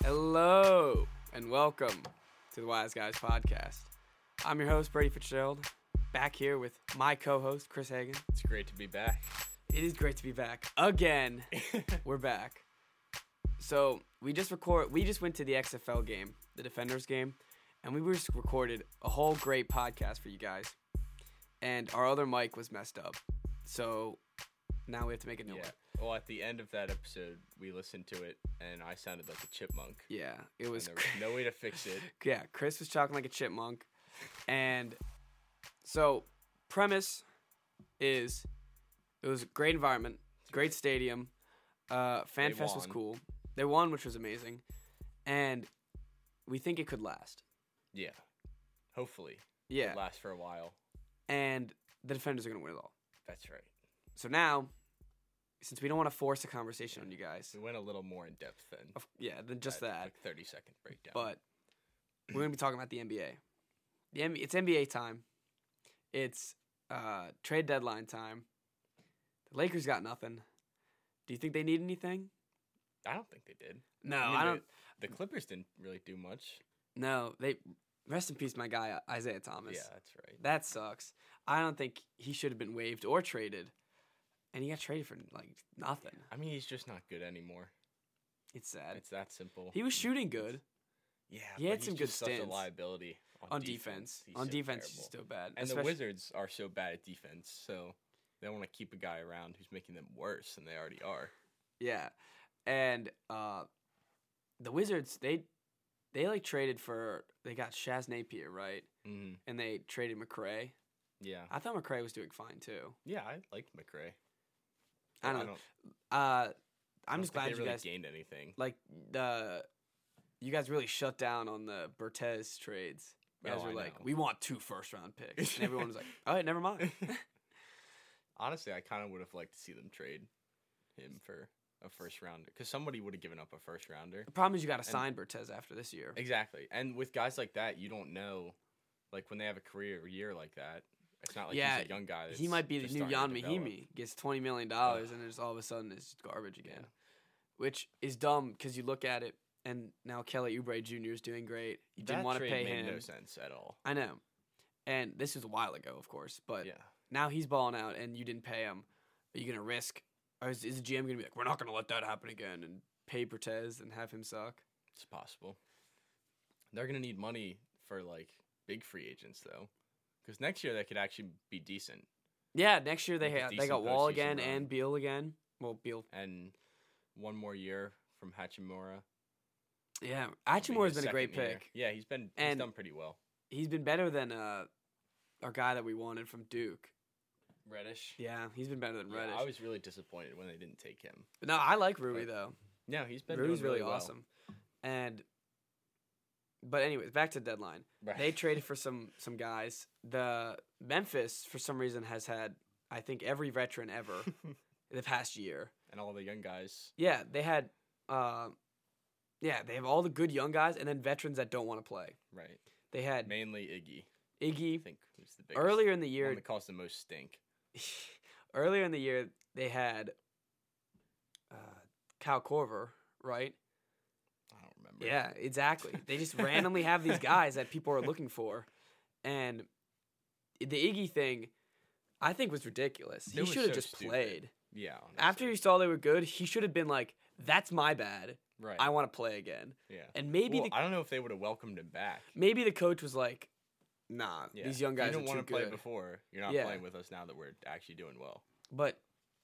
Hello and welcome to the Wise Guys Podcast. I'm your host, Brady Fitzgerald, back here with my co host, Chris Hagan. It's great to be back. It is great to be back again. We're back. So we just record. We just went to the XFL game, the Defenders game, and we just recorded a whole great podcast for you guys. And our other mic was messed up, so now we have to make a new Yeah. one. Well, at the end of that episode, we listened to it, and I sounded like a chipmunk. Yeah, it And was. there was no way to fix it. yeah, Chris was talking like a chipmunk. And so, premise is it was a great environment, great stadium. Uh, FanFest was won. cool. They won, which was amazing. And we think it could last. Yeah. Hopefully, Yeah. it lasts for a while. And the defenders are going to win it all. That's right. So now, since we don't want to force a conversation on you guys, We went a little more in depth than of- yeah, then just that. like thirty second breakdown. but we're gonna be talking about the NBA. The NBA, it's NBA time. It's uh, trade deadline time. The Lakers got nothing. Do you think they need anything? I don't think they did. No, mean, I don't. The, the Clippers didn't really do much. No, they. Rest in peace, my guy Isaiah Thomas. Yeah, that's right. That sucks. I don't think he should have been waived or traded, and he got traded for like nothing. I mean, he's just not good anymore. It's sad. It's that simple. he was shooting good Yeah, he but had he's some good just Such a stints. liability on, on defense. He's On so defense, terrible. he's still bad. And the especially- Wizards are so bad at defense, so they want to keep a guy around who's making them worse than they already are. Yeah, and uh, the Wizards they they like traded for they got Shaz Napier right, Mm-hmm. and they traded McRae. Yeah, I thought McRae was doing fine too. yeah, I liked McRae. I But don't. know. Uh, I I'm don't just think glad they you really guys gained anything. like the. You guys really shut down on the Bertez trades. You guys Oh, were I like, know. "We want two first round picks," and everyone was like, "All right, never mind." Honestly, I kind of would have liked to see them trade him for a first rounder because somebody would have given up a first rounder. The problem is you got to sign Bertez after this year. Exactly, and with guys like that, you don't know, like when they have a career year like that. It's not like Yeah, he's a young guy. That's he might be the just new Yan starting to develop. Mahimi. Gets twenty million dollars, and it's all of a sudden it's just garbage again, Yeah. which is dumb because you look at it and now Kelly Oubre Jr. is doing great. You didn't That want to trade pay made him. No sense at all. I know, and this was a while ago, of course, but Yeah, now he's balling out, and you didn't pay him. Are you gonna risk? Or is, is the GM gonna be like, we're not gonna let that happen again, and pay Bertez and have him suck? It's possible. They're gonna need money for like big free agents though, because next year they could actually be decent. Yeah, next year they With a ha- they decent got Wall postseason again run. and Beal again. Well, Beal, And one more year from Hachimura. yeah, would be Hachimura's his been a great second year. pick. Yeah, he's been he's And- done pretty well. he's been better than uh our guy that we wanted from Duke. Reddish. Yeah, he's been better than Yeah, Reddish. I was really disappointed when they didn't take him. no, I like Rui Right. though. No, he's been Rui's doing really, really, well. awesome. And but anyways, back to deadline. Right. They traded for some some guys. The Memphis for some reason has had I think every veteran ever in the past year. and all the young guys. Yeah, they had uh, yeah, they have all the good young guys and then veterans that don't want to play. Right. They had Mainly Iggy. I Iggy think was the biggest. earlier in the the year one that caused the most stink. earlier in the year they had uh, Kyle Corver, right? I don't remember. Yeah, exactly. They just randomly have these guys that people are looking for, and the Iggy thing, I think, was ridiculous. It He was should have so just stupid. played. Yeah. After honestly. he saw they were good, he should have been like, "That's my bad. Right. I want to play again." yeah. And maybe well, the I don't know if they would have welcomed him back. maybe the coach was like, "Nah, Yeah. these young If guys you are didn't too want to play good." before. You're not Yeah. playing with us now that we're actually doing well. But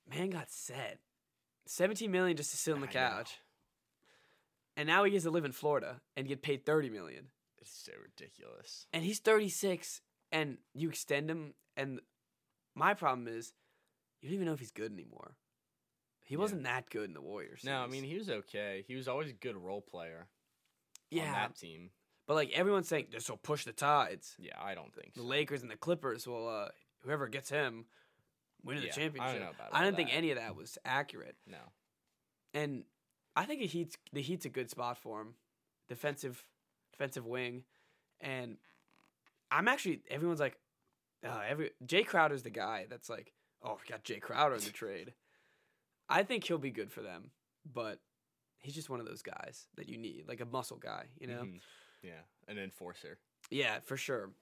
man got set. 17 million just to sit on the I know. couch. And now he gets to live in Florida and get paid 30 million. It's so ridiculous. And he's 36 and you extend him and my problem is you don't even know if he's good anymore. He Yeah. wasn't that good in the Warriors. No, I series. mean he was okay. He was always a good role player on yeah, that team. but like everyone's saying this will push the tides. Yeah, I don't think The so. Lakers and the Clippers will uh whoever gets him win the Yeah, I don't championship. know about I all didn't think that. any of that was accurate. No. and I think the Heat's the Heat's a good spot for him, defensive defensive wing, and I'm actually everyone's like, uh, every Jay Crowder's the guy that's like, oh we got Jay Crowder in the trade. I think he'll be good for them, but he's just one of those guys that you need, like a muscle guy, you know? Mhm. Yeah, an enforcer. Yeah, for sure.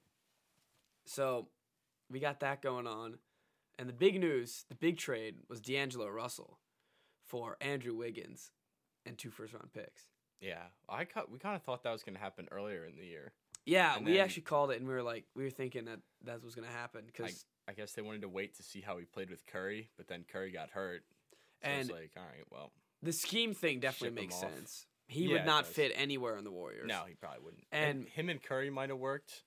So we got that going on. And the big news, the big trade was D'Angelo Russell for Andrew Wiggins and two first round picks. Yeah, I ca- we kind of thought that was gonna happen earlier in the year. Yeah, And we then- actually called it and we were like, we were thinking that that was going to happen because I guess they wanted to wait to see how he played with Curry, but then Curry got hurt. So And- it's like, all right, well, the scheme thing definitely Ship him makes off. sense. He Yeah, would it not does. fit anywhere in the Warriors. no, he probably wouldn't. And- him and Curry might have worked.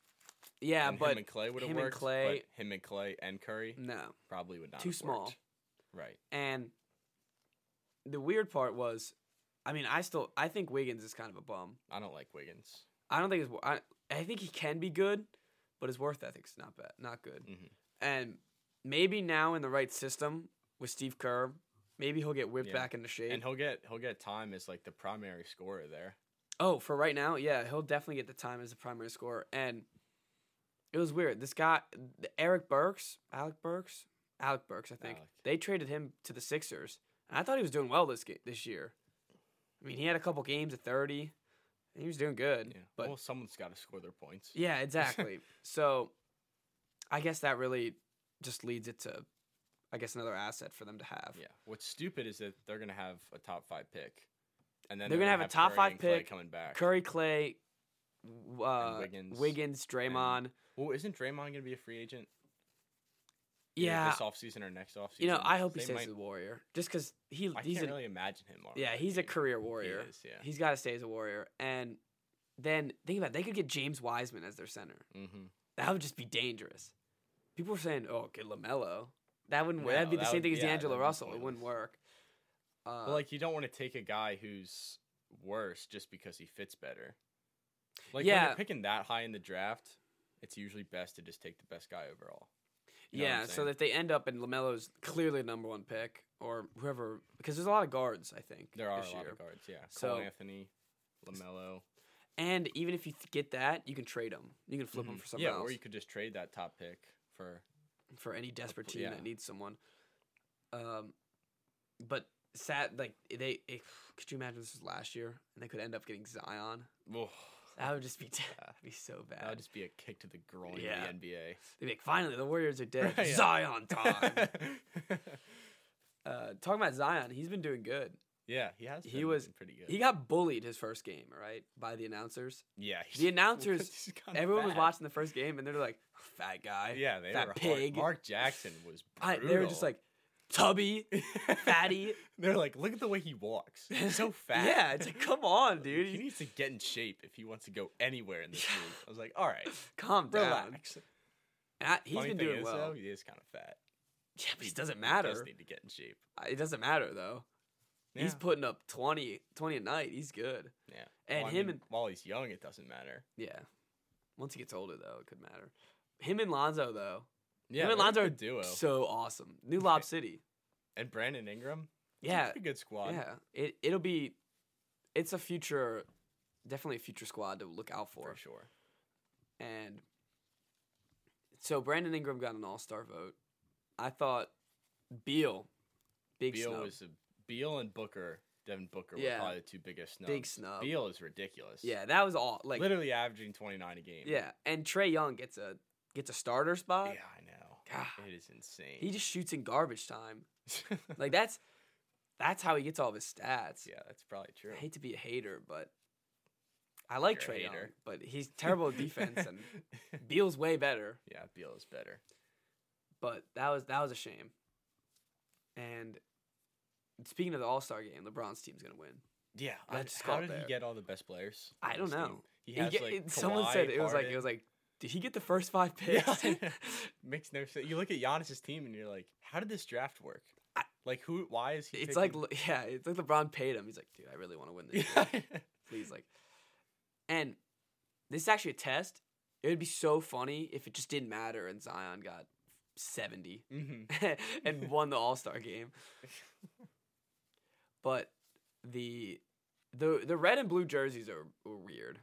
Yeah, and but him and Clay would have him and worked. Clay- but him and Clay and Curry no. probably would not. Too have small. worked. Right. And the weird part was, I mean, I still I think Wiggins is kind of a bum. I don't like Wiggins. I don't think it's. wor- I, I think he can be good, but his worth ethic's not bad, not good. Mhm. And maybe now in the right system with Steve Kerr, maybe he'll get whipped Yeah. back into shape. And he'll get he'll get time as like the primary scorer there. oh, for right now, yeah, he'll definitely get the time as the primary scorer. And it was weird. This guy, Eric Burks, Alec Burks, Alec Burks, I think Alec. they traded him to the Sixers, and I thought he was doing well this ga- this year. I mean, he had a couple games at thirty, and he was doing good. Yeah. Mm-hmm. But well, someone's got to score their points. Yeah, exactly. so I guess that really just leads it to I guess another asset for them to have. Yeah. What's stupid is that they're gonna have a top five pick, and then They're gonna have a top Curry five and Clay pick, coming back. Curry Clay w- uh, Wiggins. Wiggins. Draymond. Well, isn't Draymond gonna be a free agent? either yeah. this offseason or next offseason. You know, I hope he They stays might- a warrior. Just cuz he I he's can't a, really imagine him. on yeah, that he's a team. career He warrior. is, yeah. He's got to stay as a warrior and then think about it, they could get James Wiseman as their center. mm-hmm. That would just be dangerous. People were saying, "Oh, get Lamelo." That wouldn't. work. that'd No, be the that same would- thing as yeah, D'Angelo that'd be Russell. It wouldn't pointless. work. Uh, but like, you don't want to take a guy who's worse just because he fits better. Like, when Yeah. you're picking that high in the draft, it's usually best to just take the best guy overall. You know what I'm Yeah, so saying? that they end up in Lamelo's clearly the number one pick or whoever, because there's a lot of guards. I think There are a this lot year. of guards. Yeah, So- Cole Anthony, Lamelo. And even if you th- get that, you can trade them. You can flip them Mhm. for someone yeah, else or you could just trade that top pick for. for any desperate pl- team yeah. that needs someone. Um, but sad like they. It, could you imagine this was last year and they could end up getting Zion? Ugh, That would just be t- Yeah. be so bad. that would just be a kick to the groin Yeah. of the NBA. They'd be like, finally, the Warriors are dead. Right, yeah. Zion time. uh, talking about Zion, he's been doing good. yeah, he has. He been was- pretty good. He got bullied his first game, right, by the announcers. yeah, The announcers- he's kinda Everyone was fat. watching the first game, and they're like, "Fat guy." Yeah, they That were pig. Hard. Mark Jackson was I, brutal. they were just like, "Tubby, fatty." They're like, look at the way he walks. He's so fat. yeah, it's like, come on, Dude, dude. he You- needs to get in shape if he wants to go anywhere in this league. I was like, all right, Calm down. relax. And I, he's Funny been thing doing is, well. though, he is kind of fat. Yeah, but it doesn't He matter. does need to get in shape. I- It doesn't matter though. He's Yeah. putting up 20, 20 a night. He's good. Yeah. And Well, I him mean, and while he's young, it doesn't matter. yeah, once he gets older though, it could matter. Him and Lonzo though, Yeah, and they're a Lonzo good duo so awesome. New Lob City. and Brandon Ingram. It's a Yeah, pretty good squad. Yeah, it it'll be, it's a future, definitely a future squad to look out for. for sure. And so Brandon Ingram got an All Star vote. I thought Beal, big Beal snub, was a, Beal and Booker. Devin Booker Yeah. were probably the two biggest snubs. big snub. Beal is ridiculous. Yeah, that was all like literally averaging 29 a game. yeah. And Trey Young gets a gets a starter Yeah, spot. I know. God. It is insane. He just shoots in garbage time. like, Like that's that's how he gets all of his stats. yeah, that's probably true. I hate to be a hater, but I like You're a Trey Young, hater. but he's terrible at defense and Beal's way better. yeah, Beal is better. but that was that was a shame. And speaking of the All Star game, LeBron's team's gonna win. Yeah, I I, just how got did there. he get all the best players? I on don't his team? know. He He has get- like it- someone said it was like it was like, did he get the first five picks? Yeah. makes no sense. You look at Giannis's team and you're like, how did this draft work? I- like who? Why is he? it's like picking- Le- yeah, it's like LeBron paid him. He's like, dude, I really want to win this. game. Please, like, and this is actually a test. It would be so funny if it just didn't matter and Zion got seventy. Mhm. and won the All Star game. But the the the red and blue jerseys are, were weird.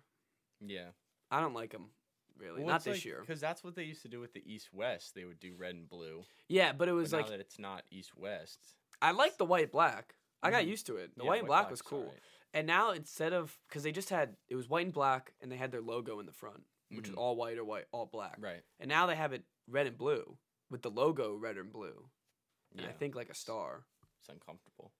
Yeah, I don't like them really. Not this year. because that's what they used to do with the East West. They would do red and blue. Yeah, but it But was now like that it's not East West. I like the white black. I got Mhm. used to it. The Yeah, white and black black's was cool, alright. And now instead of because they just had it was white and black, and they had their logo in the front, which was all white or white, all black. Mm-hmm. Right. And now they have it red and blue with the logo red and blue, and Yeah. I think like a star. it's uncomfortable.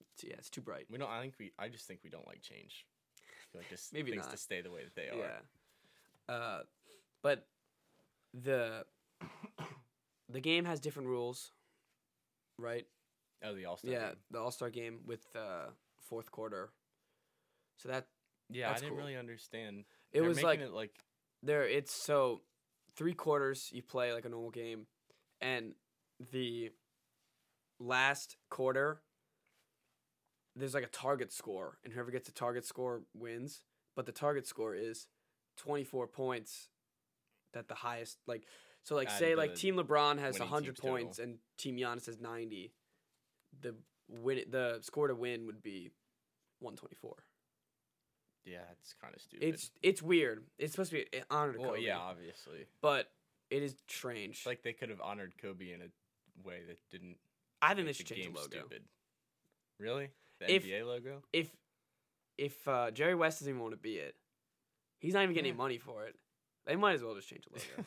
It's- yeah, it's too bright. We don't. I think we. I just think we don't like change. I feel like just Maybe things not. to stay the way that they are. Yeah. Uh, but the the game has different rules, right? Oh, the All Star. Yeah, the All Star game with uh, fourth quarter. So that Yeah, That's I didn't cool. really understand. it They're was making like it like there. It's so three quarters you play like a normal game, and the last quarter there's like a target score, and whoever gets the target score wins. But the target score is twenty four points. That the highest like so like Out say of like the Team LeBron has winning hundred team's total. points and Team Giannis has ninety. The win the score to win would be one twenty four. yeah, it's kind of stupid. It's it's weird. It's supposed to be an honor to well, Kobe. yeah, obviously. but it is strange. It's like they could have honored Kobe in a way that didn't. I think they make should the change the game logo. Stupid. Really? The If- NBA logo? If if uh, Jerry West doesn't even want to be it, he's not even getting any Yeah. money for it. They might as well just change the logo.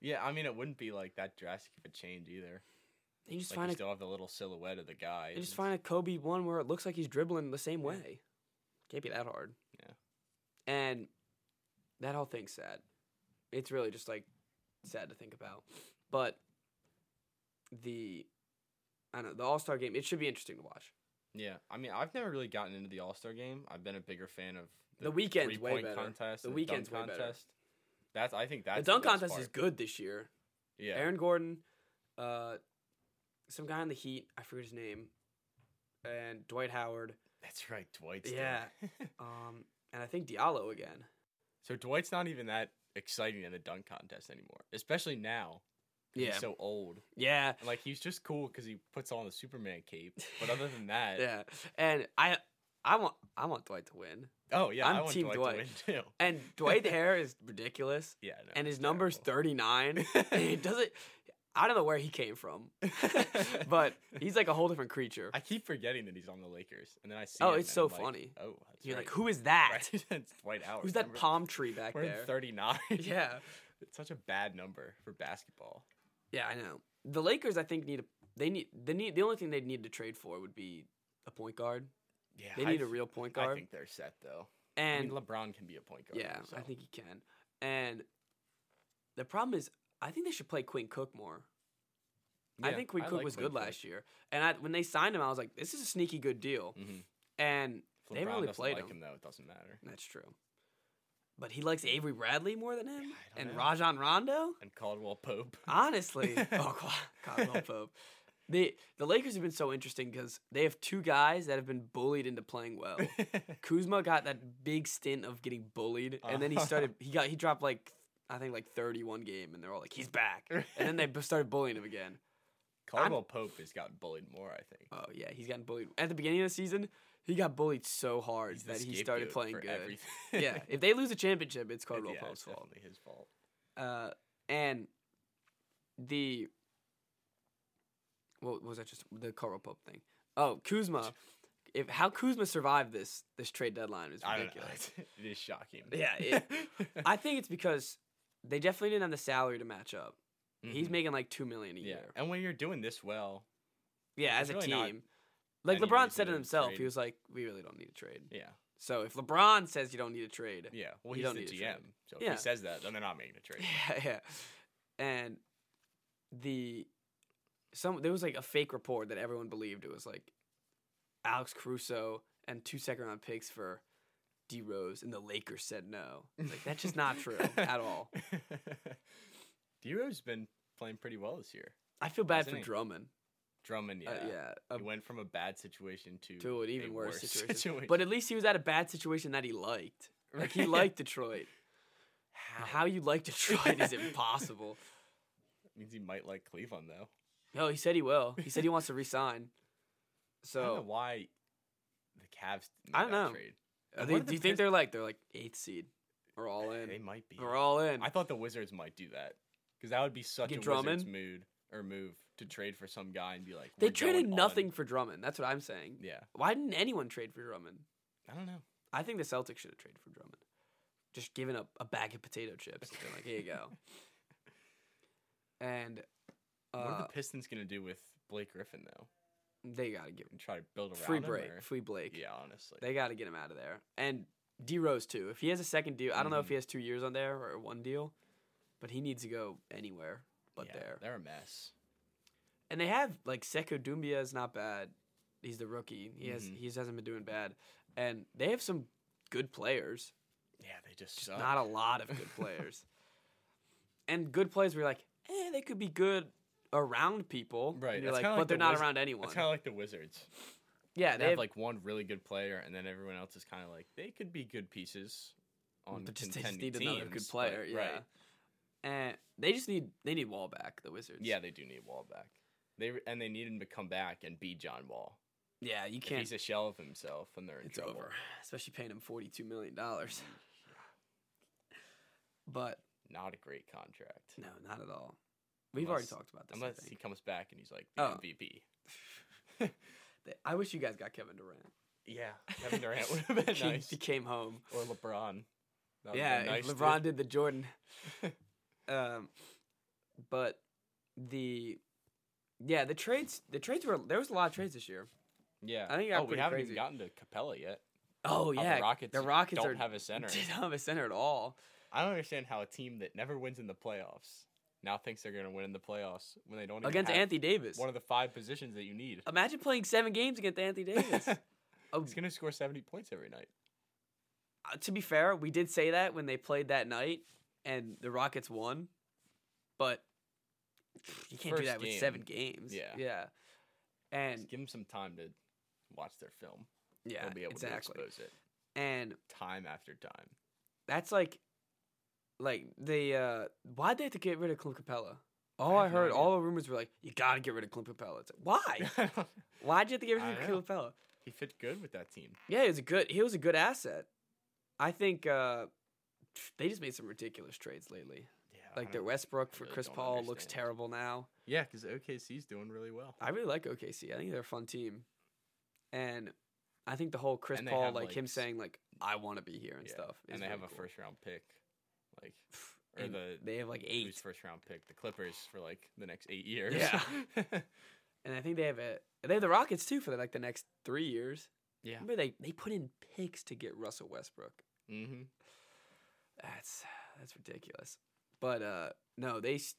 yeah, I mean it wouldn't be like that drastic of a change either. they just Like find you a still have the little silhouette of the guy. they just and- find a Kobe one where it looks like he's dribbling the same Yeah. way. Can't be that hard. Yeah. And that whole thing's sad. It's really just like sad to think about. But the I don't know, the All Star game, it should be interesting to watch. Yeah, I mean I've never really gotten into the All Star game. I've been a bigger fan of The weekend's way three-point better. contest. The and weekend's way dunk better. contest. That's I think that's the dunk best contest is part. good this year. Yeah, Aaron Gordon, uh, some guy in the Heat, I forget his name, and Dwight Howard, that's right. Dwight's Yeah. there. um, and I think Diallo again. So Dwight's not even that exciting in the dunk contest anymore, especially now. 'cause Yeah. He's so old. Yeah, And, like he's just cool because he puts on the Superman cape. But other than that, yeah. And I, I want, I want Dwight to win. oh yeah, I'm I want Team Dwight, Dwight. to win too. And Dwight's hair is ridiculous, Yeah, no, and his it's number's terrible. thirty nine. It doesn't. I don't know where he came from, but he's like a whole different creature. I keep forgetting that he's on the Lakers, and then I see. Oh, him it's and so I'm like, funny. oh, that's You're right. like, who is that? Right? That's Dwight Howard. Who's that Remember- palm tree back We're there? in 39. Yeah. It's such a bad number for basketball. Yeah, I know. The Lakers, I think, need a they need they need the only thing they'd need to trade for would be a point guard. Yeah, They need a real point guard, I think they're set though. and And LeBron can be a point guard. yeah, so. I think he can. And the problem is, I think they should play Quinn Cook more. I Yeah, think Quinn Cook like was Quinn good last year, and I, when they signed him, I was like, "This is a sneaky good deal." Mhm. And If They haven't LeBron really doesn't played like him. him. though. It doesn't matter. that's true. But he likes Avery Bradley more than him, Yeah, I and don't know. Rajon Rondo. And Caldwell Pope. Honestly, oh, Cla- Caldwell Pope. The the Lakers have been so interesting because they have two guys that have been bullied into playing well. Kuzma got that big stint of getting bullied, and Uh-huh. then he started. He got he dropped like I think like thirty one game, and they're all like, "He's back," and then they b- started bullying him again. Caldwell Pope has gotten bullied more. I think. Oh yeah, he's gotten bullied at the beginning of the season. He got bullied so hard He's the that he started scapegoat playing for good. everything. yeah, if they lose a championship, it's Caldwell yeah, Pope's it's fault. definitely his fault. Uh, and the what was that? Just the Caldwell Pope thing. Oh, Kuzma. If how Kuzma survived this this trade deadline is I don't know. ridiculous. it is shocking. Yeah, it- I think it's because they definitely didn't have the salary to match up. He's Mhm. making like two million a yeah. year. And when you're doing this well, Yeah, as There's a really not team. Like any LeBron reason said it to himself. He trade. was like, "We really don't need a trade." yeah, So if LeBron says you don't need a trade, yeah, yeah. Well, You he's don't the need to GM, trade. so if Yeah. he says that, then they're not making a trade. yeah, and the some there was like a fake report that everyone believed it was like Alex Caruso and two second round picks for D Rose, and the Lakers said no. Like that's just not true at all. D'Ro's been playing pretty well this year. I feel bad Isn't for he? Drummond. Drummond, yeah, Uh, yeah, a he went from a bad situation to to an a even worse, situation. situation. But at least he was at a bad situation that he liked. Like he liked Detroit. how? How you like Detroit is impossible. means he might like Cleveland though. No, he said he will. He said he wants to resign. I don't know So why the Cavs. Made I don't that know. Trade. are What they, are do the you think Pist- they're like they're like eighth seed? We're all They in. might be. We're all in. I thought the Wizards might do that because that would be such Get a Drummond? Wizards mood or move to trade for some guy and be like They "We're traded going all in." nothing for Drummond. That's what I'm saying. Yeah, Why didn't anyone trade for Drummond? I don't know. I think the Celtics should have traded for Drummond. Just giving up a bag of potato chips. They're like, here you go. And what are uh, the Pistons gonna do with Blake Griffin though? they got to give him And try to build around free him, break, or- free Blake. Yeah, honestly. They got to get him out of there. And D Rose too. If he has a second deal, I don't know if Mhm. he has two years on there or one deal, but he needs to go anywhere but Yeah, there. they're a mess. And they have like Seko Dumbia is not bad. He's the rookie. He has Mhm. he hasn't been doing bad. And they have some good players. Yeah, they just, Just suck. not a lot of good players. and good players were like, eh, they could be good around people. Right, And you're that's like, kinda but like they're the not Wiz- around anyone. It's kind of like the Wizards. yeah, They, they have, have like one really good player, and then everyone else is kind of like they could be good pieces on But just- they just contending need another good teams, but- player. yeah. Right. And they just need they need Wall back. The Wizards. Yeah, they do need Wall back. They re- and they need him to come back and be John Wall. Yeah, you If can't. he's a shell of himself, and they're in it's trouble. over, especially paying him forty two million dollars. But Not a great contract. no, not at all. We've already Unless- talked about this. Unless I, he think. comes back and he's like the Oh. MVP. They- I wish you guys got Kevin Durant. Yeah, Kevin Durant would have been He- nice. He came home. Or LeBron. That would've been yeah, nice, too. LeBron did the Jordan. um, but the yeah the trades the trades were there was a lot of trades this year. Yeah. I think it got oh, we pretty haven't crazy. even gotten to Capella yet. Oh How yeah, the Rockets, the Rockets don't are, have a center. They don't have a center at all. I don't understand how a team that never wins in the playoffs now thinks they're going to win in the playoffs when they don't even against have Anthony Davis. one of the five positions that you need. Imagine playing seven games against Anthony Davis. He's Oh, going to score 70 points every night. uh, to be fair, we did say that when they played that night, and the Rockets won, but you can't do First that with game. seven games. Yeah. yeah, Just and give them some time to watch their film. yeah, They'll be able exactly. to expose it And time after time. that's like, like the uh, why'd they have to get rid of Clint Capella? All I I, have no heard, idea. all the rumors were like, you gotta get rid of Clint Capella. It's like, why? Why'd you have to get rid I of don't Clint Capella? he fit good with that team. Yeah, he was a good. He was a good asset. I think uh, they just made some ridiculous trades lately. Yeah, Like their Westbrook for really Chris don't Paul looks understand. terrible now. yeah, because OKC's doing really well. I really like OKC. I think they're a fun team, and I think the whole Chris And they Paul, have, like, like, him s- saying like I want to be here and Yeah, stuff, is and they really have cool. a first round pick, like or And the they have like whose eight, first round pick, the Clippers for like the next eight years. Yeah. and I think they have a they have the Rockets too for like the next three years. yeah. Remember they they put in picks to get Russell Westbrook. Mm-hmm. That's that's ridiculous. But uh no, they s-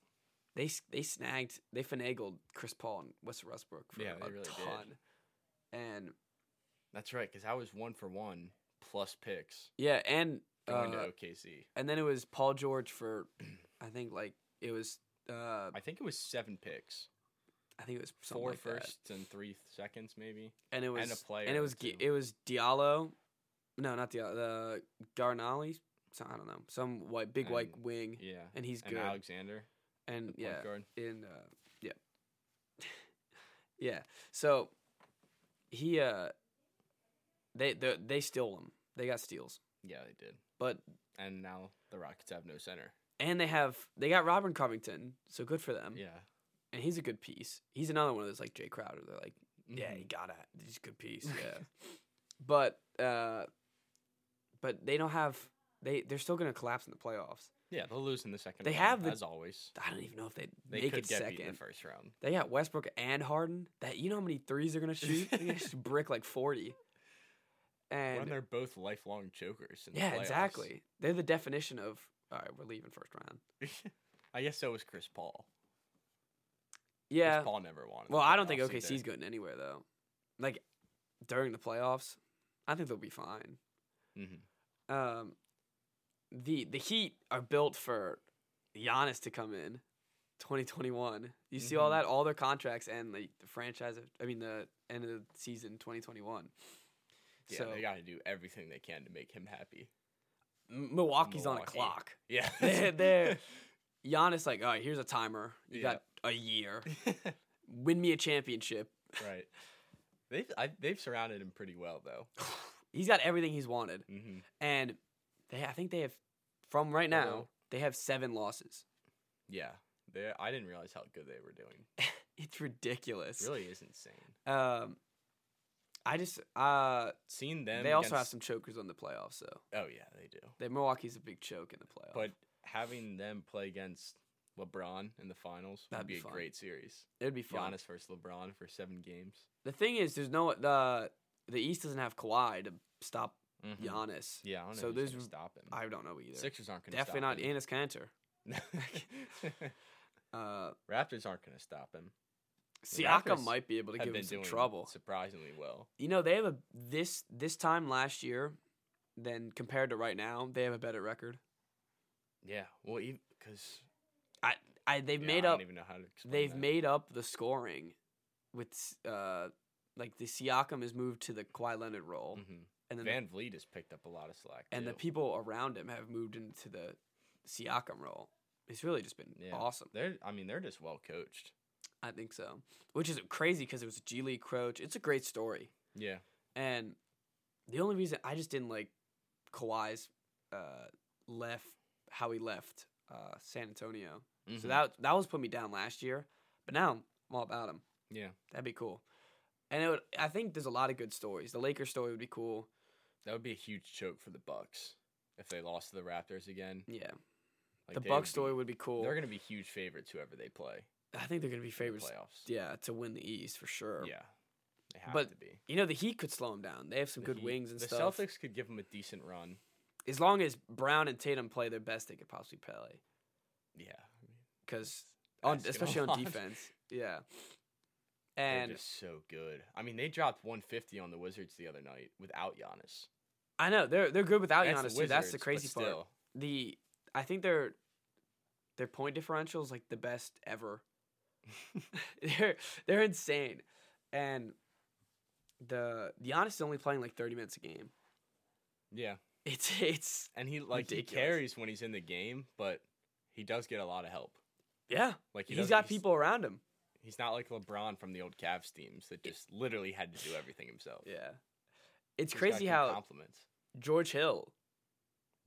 they s- they snagged they finagled Chris Paul and Wes Westbrook for Yeah, a they really did. ton. And That's right, because I was one for one plus picks yeah, and going uh, to OKC. and then it was Paul George for I think like it was uh I think it was seven picks, I think it was something four like that. firsts and three seconds, maybe. and it was and a player. and it was Gi- too. it was Diallo. No, not Diallo. The Garnali. So, I don't know. Some white big white And- wing yeah, and he's and good. Alexander, and point yeah, guard. in uh yeah yeah so he uh they they, they steal him they got steals Yeah, they did. but And now the Rockets have no center. and they have they got Robin Covington so good for them Yeah. and he's a good piece he's another one of those like Jay Crowder they're like yeah Mhm. you gotta he's a good piece yeah but uh but they don't have they they're still gonna collapse in the playoffs Yeah, they'll lose in the second. They round, have the- as always. I don't even know if they They make could it get beat in the second first round. They got Westbrook and Harden. That you know how many threes they're gonna shoot? They're gonna just brick like forty. And And they're both lifelong jokers. In the yeah, playoffs. exactly. They're the definition of all right. We're leaving first round. I guess so was Chris Paul. Yeah. Chris Paul never won. in Well, the I don't think playoffs OKC's either. going anywhere though. Like during the playoffs, I think they'll be fine. Mhm. Um, the the Heat are built for Giannis to come in, twenty twenty one. You see all Mhm. that, all their contracts and the, the franchise. Of, I mean, the end of the season, twenty twenty one. Yeah, so they got to do everything they can to make him happy. M- Milwaukee's on a Milwaukee. clock. Yeah, They're- they're- Giannis, like, all right, here's a timer. You Yeah. got a year. Win me a championship. right. They've I, they've surrounded him pretty well though. He's got everything he's wanted, Mm-hmm. and they, I think they have, from right now, Although- they have seven losses. Yeah, they. I didn't realize how good they were doing. It's ridiculous. It really is insane. Um, I just uh Seen them. they also have against- some chokers on the playoffs, so Oh yeah, they do. the Milwaukee's a big choke in the playoffs. But having them play against LeBron in the finals That'd would be be, a fun. great series. it'd be fun. Giannis versus LeBron for seven games. The thing is, there's no the the East doesn't have Kawhi to stop Mhm. Giannis. Yeah, I don't know So so there's- who's gonna stop him. I don't know either. Sixers aren't gonna Definitely stop not Anis Cantor. him. Uh, Raptors aren't gonna stop him. Siakam Raptors might be able to Have give him been some doing trouble. surprisingly well. You know, they have a this this time last year, than compared to right now, they have a better record. Yeah, well, e, because I they've yeah, made I up don't even know how to explain they've that. made up the scoring with s- uh like the Siakam has moved to the Kawhi Leonard role, Mhm. and then the- Van Vliet has picked up a lot of slack. and the too. people around him have moved into the Siakam role. It's really just been Yeah. awesome. they're I mean they're just well coached. I think so, which is crazy because it was a G League coach. It's a great story, Yeah, and the only reason I just didn't like Kawhi's uh, left how he left uh, San Antonio. So Mhm. that that was put me down last year, but now I'm all about him. yeah That'd be cool. And it would, I think there's a lot of good stories. The Lakers story would be cool. that would be a huge choke for the Bucks if they lost to the Raptors again. Yeah. Like, the they would Bucks be- story would be cool. They're gonna be huge favorites whoever they play. I think they're going to be in the favorites. playoffs. Yeah, to win the East for sure. Yeah, they have But to be. You know, the Heat could slow them down. They have some The good Heat- wings and the stuff. Celtics could give them a decent run. As long as Brown and Tatum play their best they could possibly play. Yeah, Because, on, Asking a especially on lot. defense. Yeah. they're And just so good. I mean, they dropped 150 on the Wizards the other night without Giannis. I know they're they're good without That's the Giannis too. That's Wizards, the but crazy part. still. The I think their their point differential is like the best ever. they're they're insane, and the Giannis is only playing like thirty minutes a game. Yeah, It's it's and he like he Ridiculous. carries when he's in the game, but he does get a lot of help. yeah. Like he he's doesn't- got people around him. He's not like LeBron from the old Cavs teams that just literally had to do everything himself. Yeah, it's He's gotta crazy give how compliments Mm-hmm. George Hill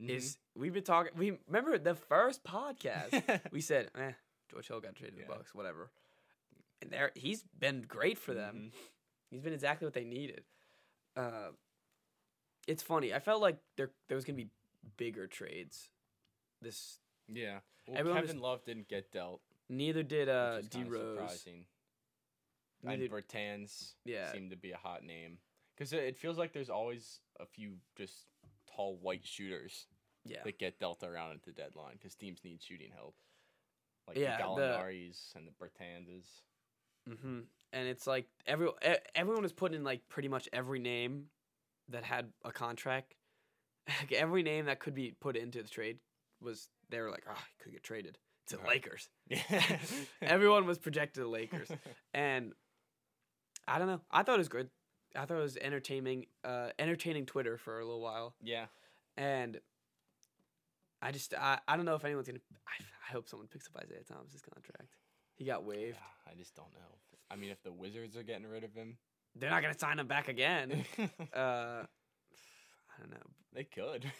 is. We've been talking. We remember the first podcast. Mhm. we said, eh, George Hill got traded to Yeah. the Bucks, whatever. And there, he's been great for them. Mhm. He's been exactly what they needed. Uh, it's funny. I felt like there there was gonna be bigger trades. This Yeah, well, Everyone was- Kevin Love didn't get dealt. neither did which uh, is D kinda Rose. surprising. Neither- and Bertans Yeah. seemed to be a hot name because it, it feels like there's always a few just tall white shooters Yeah, that get dealt around at the deadline because teams need shooting help, like Yeah, the the- Gallinari's and the Bertanses. hmm and it's like every e- everyone was putting in like pretty much every name that had a contract. Like every name that could be put into the trade was they were like, oh, he could get traded to the Right. Lakers. everyone was projected to the Lakers. and I don't know. I thought it was good. I thought it was entertaining, uh, entertaining Twitter for a little while, yeah, and I just I, I don't know if anyone's gonna. I, I hope someone picks up Isaiah Thomas's contract. He got waived. I just don't know. I mean, if the Wizards are getting rid of him, They're not gonna sign him back again. uh, I don't know. they could.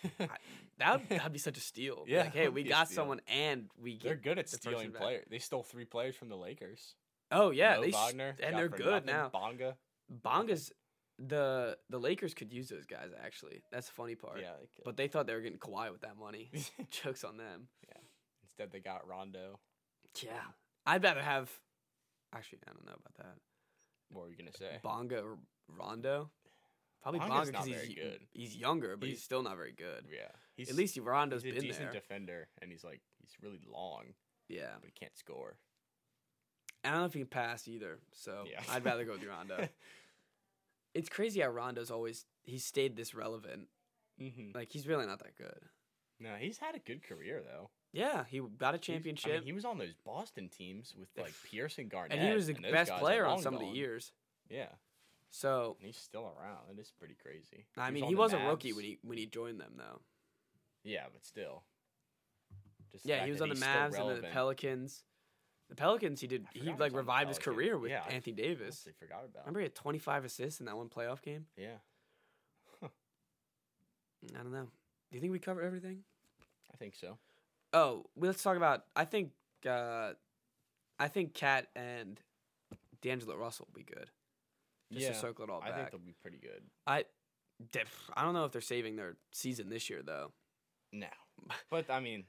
That would, that'd be such a steal. Be Yeah, like, that hey, would we be a got steal. someone, and we They're get. good at the person stealing back. players. They stole three players from the Lakers. Oh yeah, Mo they s- Wagner and got they're for good nothing. now. Bonga, Bongas, the the Lakers could use those guys actually. That's the funny part. yeah, they could. But they thought they were getting Kawhi with that money. Jokes on them. Instead, they got Rondo. Yeah. I'd rather have. Actually, I don't know about that. What were you gonna say? Bonga or Rondo? Probably Bonga's Bonga not because very he's, good. he's younger, but he's, He's- still not very good. yeah, he's At least Rondo's he's a been decent there. defender, and he's like he's really long, yeah. but he can't score. I don't know if he can pass either, so Yeah. Oh. I'd rather go with Rondo. it's crazy how Rondo's always. He's stayed this relevant. hmm Like, he's really not that good. No, he's had a good career though. Yeah, he got a He's- I mean, championship. he was on those Boston teams with like Pierce and Garnett, and he was the those best guys are player on long some of gone. the years. Yeah, So and he's still around. That is pretty crazy. I mean, on he the was a rookie Mavs. when he when he joined them though. Yeah, but still. Just the Yeah, fact he was that on the he's still Mavs and then the relevant. Pelicans. The Pelicans, he did I he forgot he was like on the revived his Pelicans. career with Yeah, I Anthony Davis. Honestly, forgot about. Remember he had 25 assists in that one playoff game. Yeah, I don't know. Do you think we covered everything? I think so. Oh, well, let's talk about. I think uh, I think Cat and D'Angelo Russell will be good. just to Yeah, circle it all I think back. they'll be pretty good. I, def- I don't know if they're saving their season this year though. No, but I mean,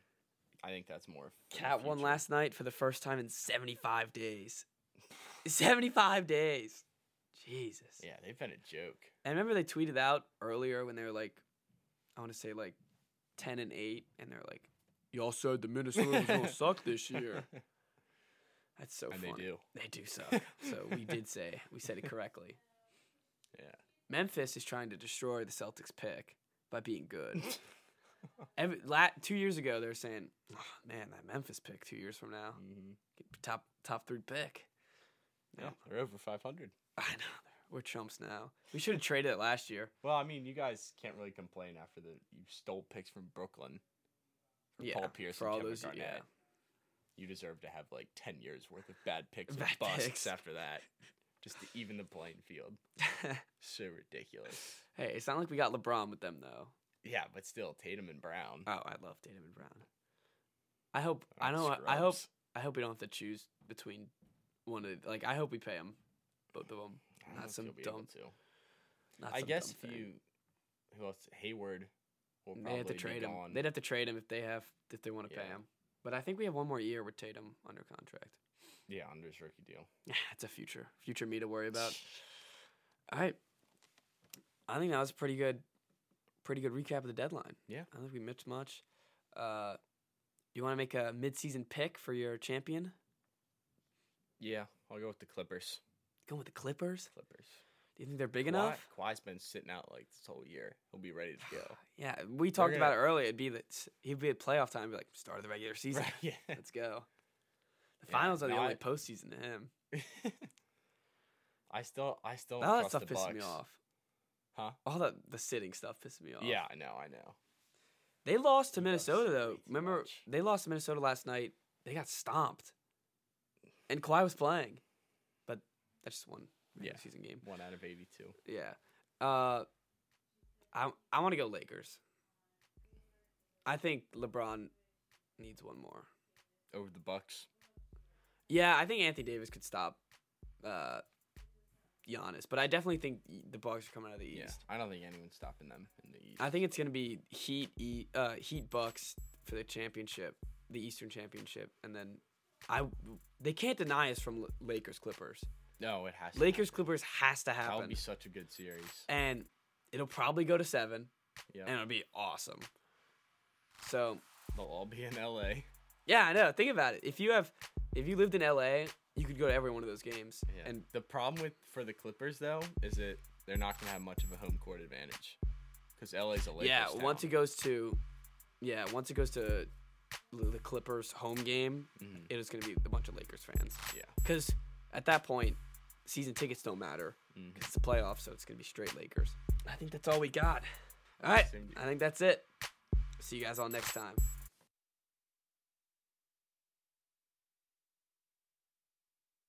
I think that's more. for the Cat won future. last night for the first time in 75 days. 75 days. Jesus. Yeah, they've been a joke. And remember they tweeted out earlier when they were like, I want to say like 10 and 8, and they're like, y'all said the Minnesota was going to suck this year. That's so and funny. they do. They do suck. so we did say, we said it correctly. Yeah. Memphis is trying to destroy the Celtics pick by being good. Mm-hmm. Every, la- two years ago, they were saying, oh, man, that Memphis pick two years from now. hmm top top three pick. Yeah, No. they're over 500. I know we're chumps now. We should have traded it last year. Well, I mean, you guys can't really complain after the you stole picks from Brooklyn for Yeah, Paul Pierce for and all Kevin those- Garnett. yeah. You deserve to have like 10 years worth of bad picks and Bad busts picks. after that, just to even the playing field. So ridiculous. hey, it's not like we got LeBron with them though. Yeah, but still, Tatum and Brown. Oh, I love Tatum and Brown. I hope I aren't don't. I hope scrubs. I hope we don't have to choose between one of like I hope we pay them both of them. I don't not know if some you'll be able dumb- to. Not I some guess dumb if thing. you, who else? Hayward will probably they have to be trade him. gone. They'd have to trade him if they have if they want to pay Yeah. him. But I think we have one more year with Tatum under contract. Yeah, under his rookie deal. It's a future future me to worry about. All right. I think that was a pretty good, pretty good recap of the deadline. Yeah. I don't think we missed much. Uh, you want to make a midseason pick for your champion? Yeah, I'll go with the Clippers. Going with the Clippers? Clippers. Do you think they're big Kawhi, enough? Kawhi's been sitting out like this whole year. He'll be ready to go. Yeah, we talked gonna- about it earlier. It'd be that s- he'd be at playoff time. Be like start of the regular season. Right, yeah. Let's go. The Yeah, finals are the no, only I- postseason to him. I still, I still All that trust stuff the pisses me Bucks. off. Huh? All that the sitting stuff pisses me off. Yeah, I know, I know. They lost to He does Minnesota way though. too Remember much. they lost to Minnesota last night. They got stomped, and Kawhi was playing, but that's just one regular Yeah. season game. One out of eighty-two. Yeah, uh, I I want to go Lakers. I think LeBron needs one more. Over the Bucks. Yeah, I think Anthony Davis could stop uh, Giannis, but I definitely think the Bucks are coming out of the East. Yeah, I don't think anyone's stopping them in the East. I think it's gonna be Heat, E- uh, Heat Bucks for the championship, the Eastern Championship, and then I they can't deny us from L- Lakers Clippers. no, it has. to Lakers Clippers has to That would happen, be such a good series. and it'll probably go to seven, Yeah, and it'll be awesome. So they'll all be in L.A. yeah, I know. Think about it. If you have, if you lived in LA, you could go to every one of those games, Yeah. and the problem with for the Clippers though is that they're not gonna have much of a home court advantage because LA's a Lakers. yeah, once town. it goes to, yeah, once it goes to l- the Clippers home game, Mhm. it is gonna be a bunch of Lakers fans. Yeah. Because at that point, season tickets don't matter. Mhm. 'Cause It's the playoffs, so it's going to be straight Lakers. I think that's all we got. All right. Same to you. I think that's it. See you guys all next time.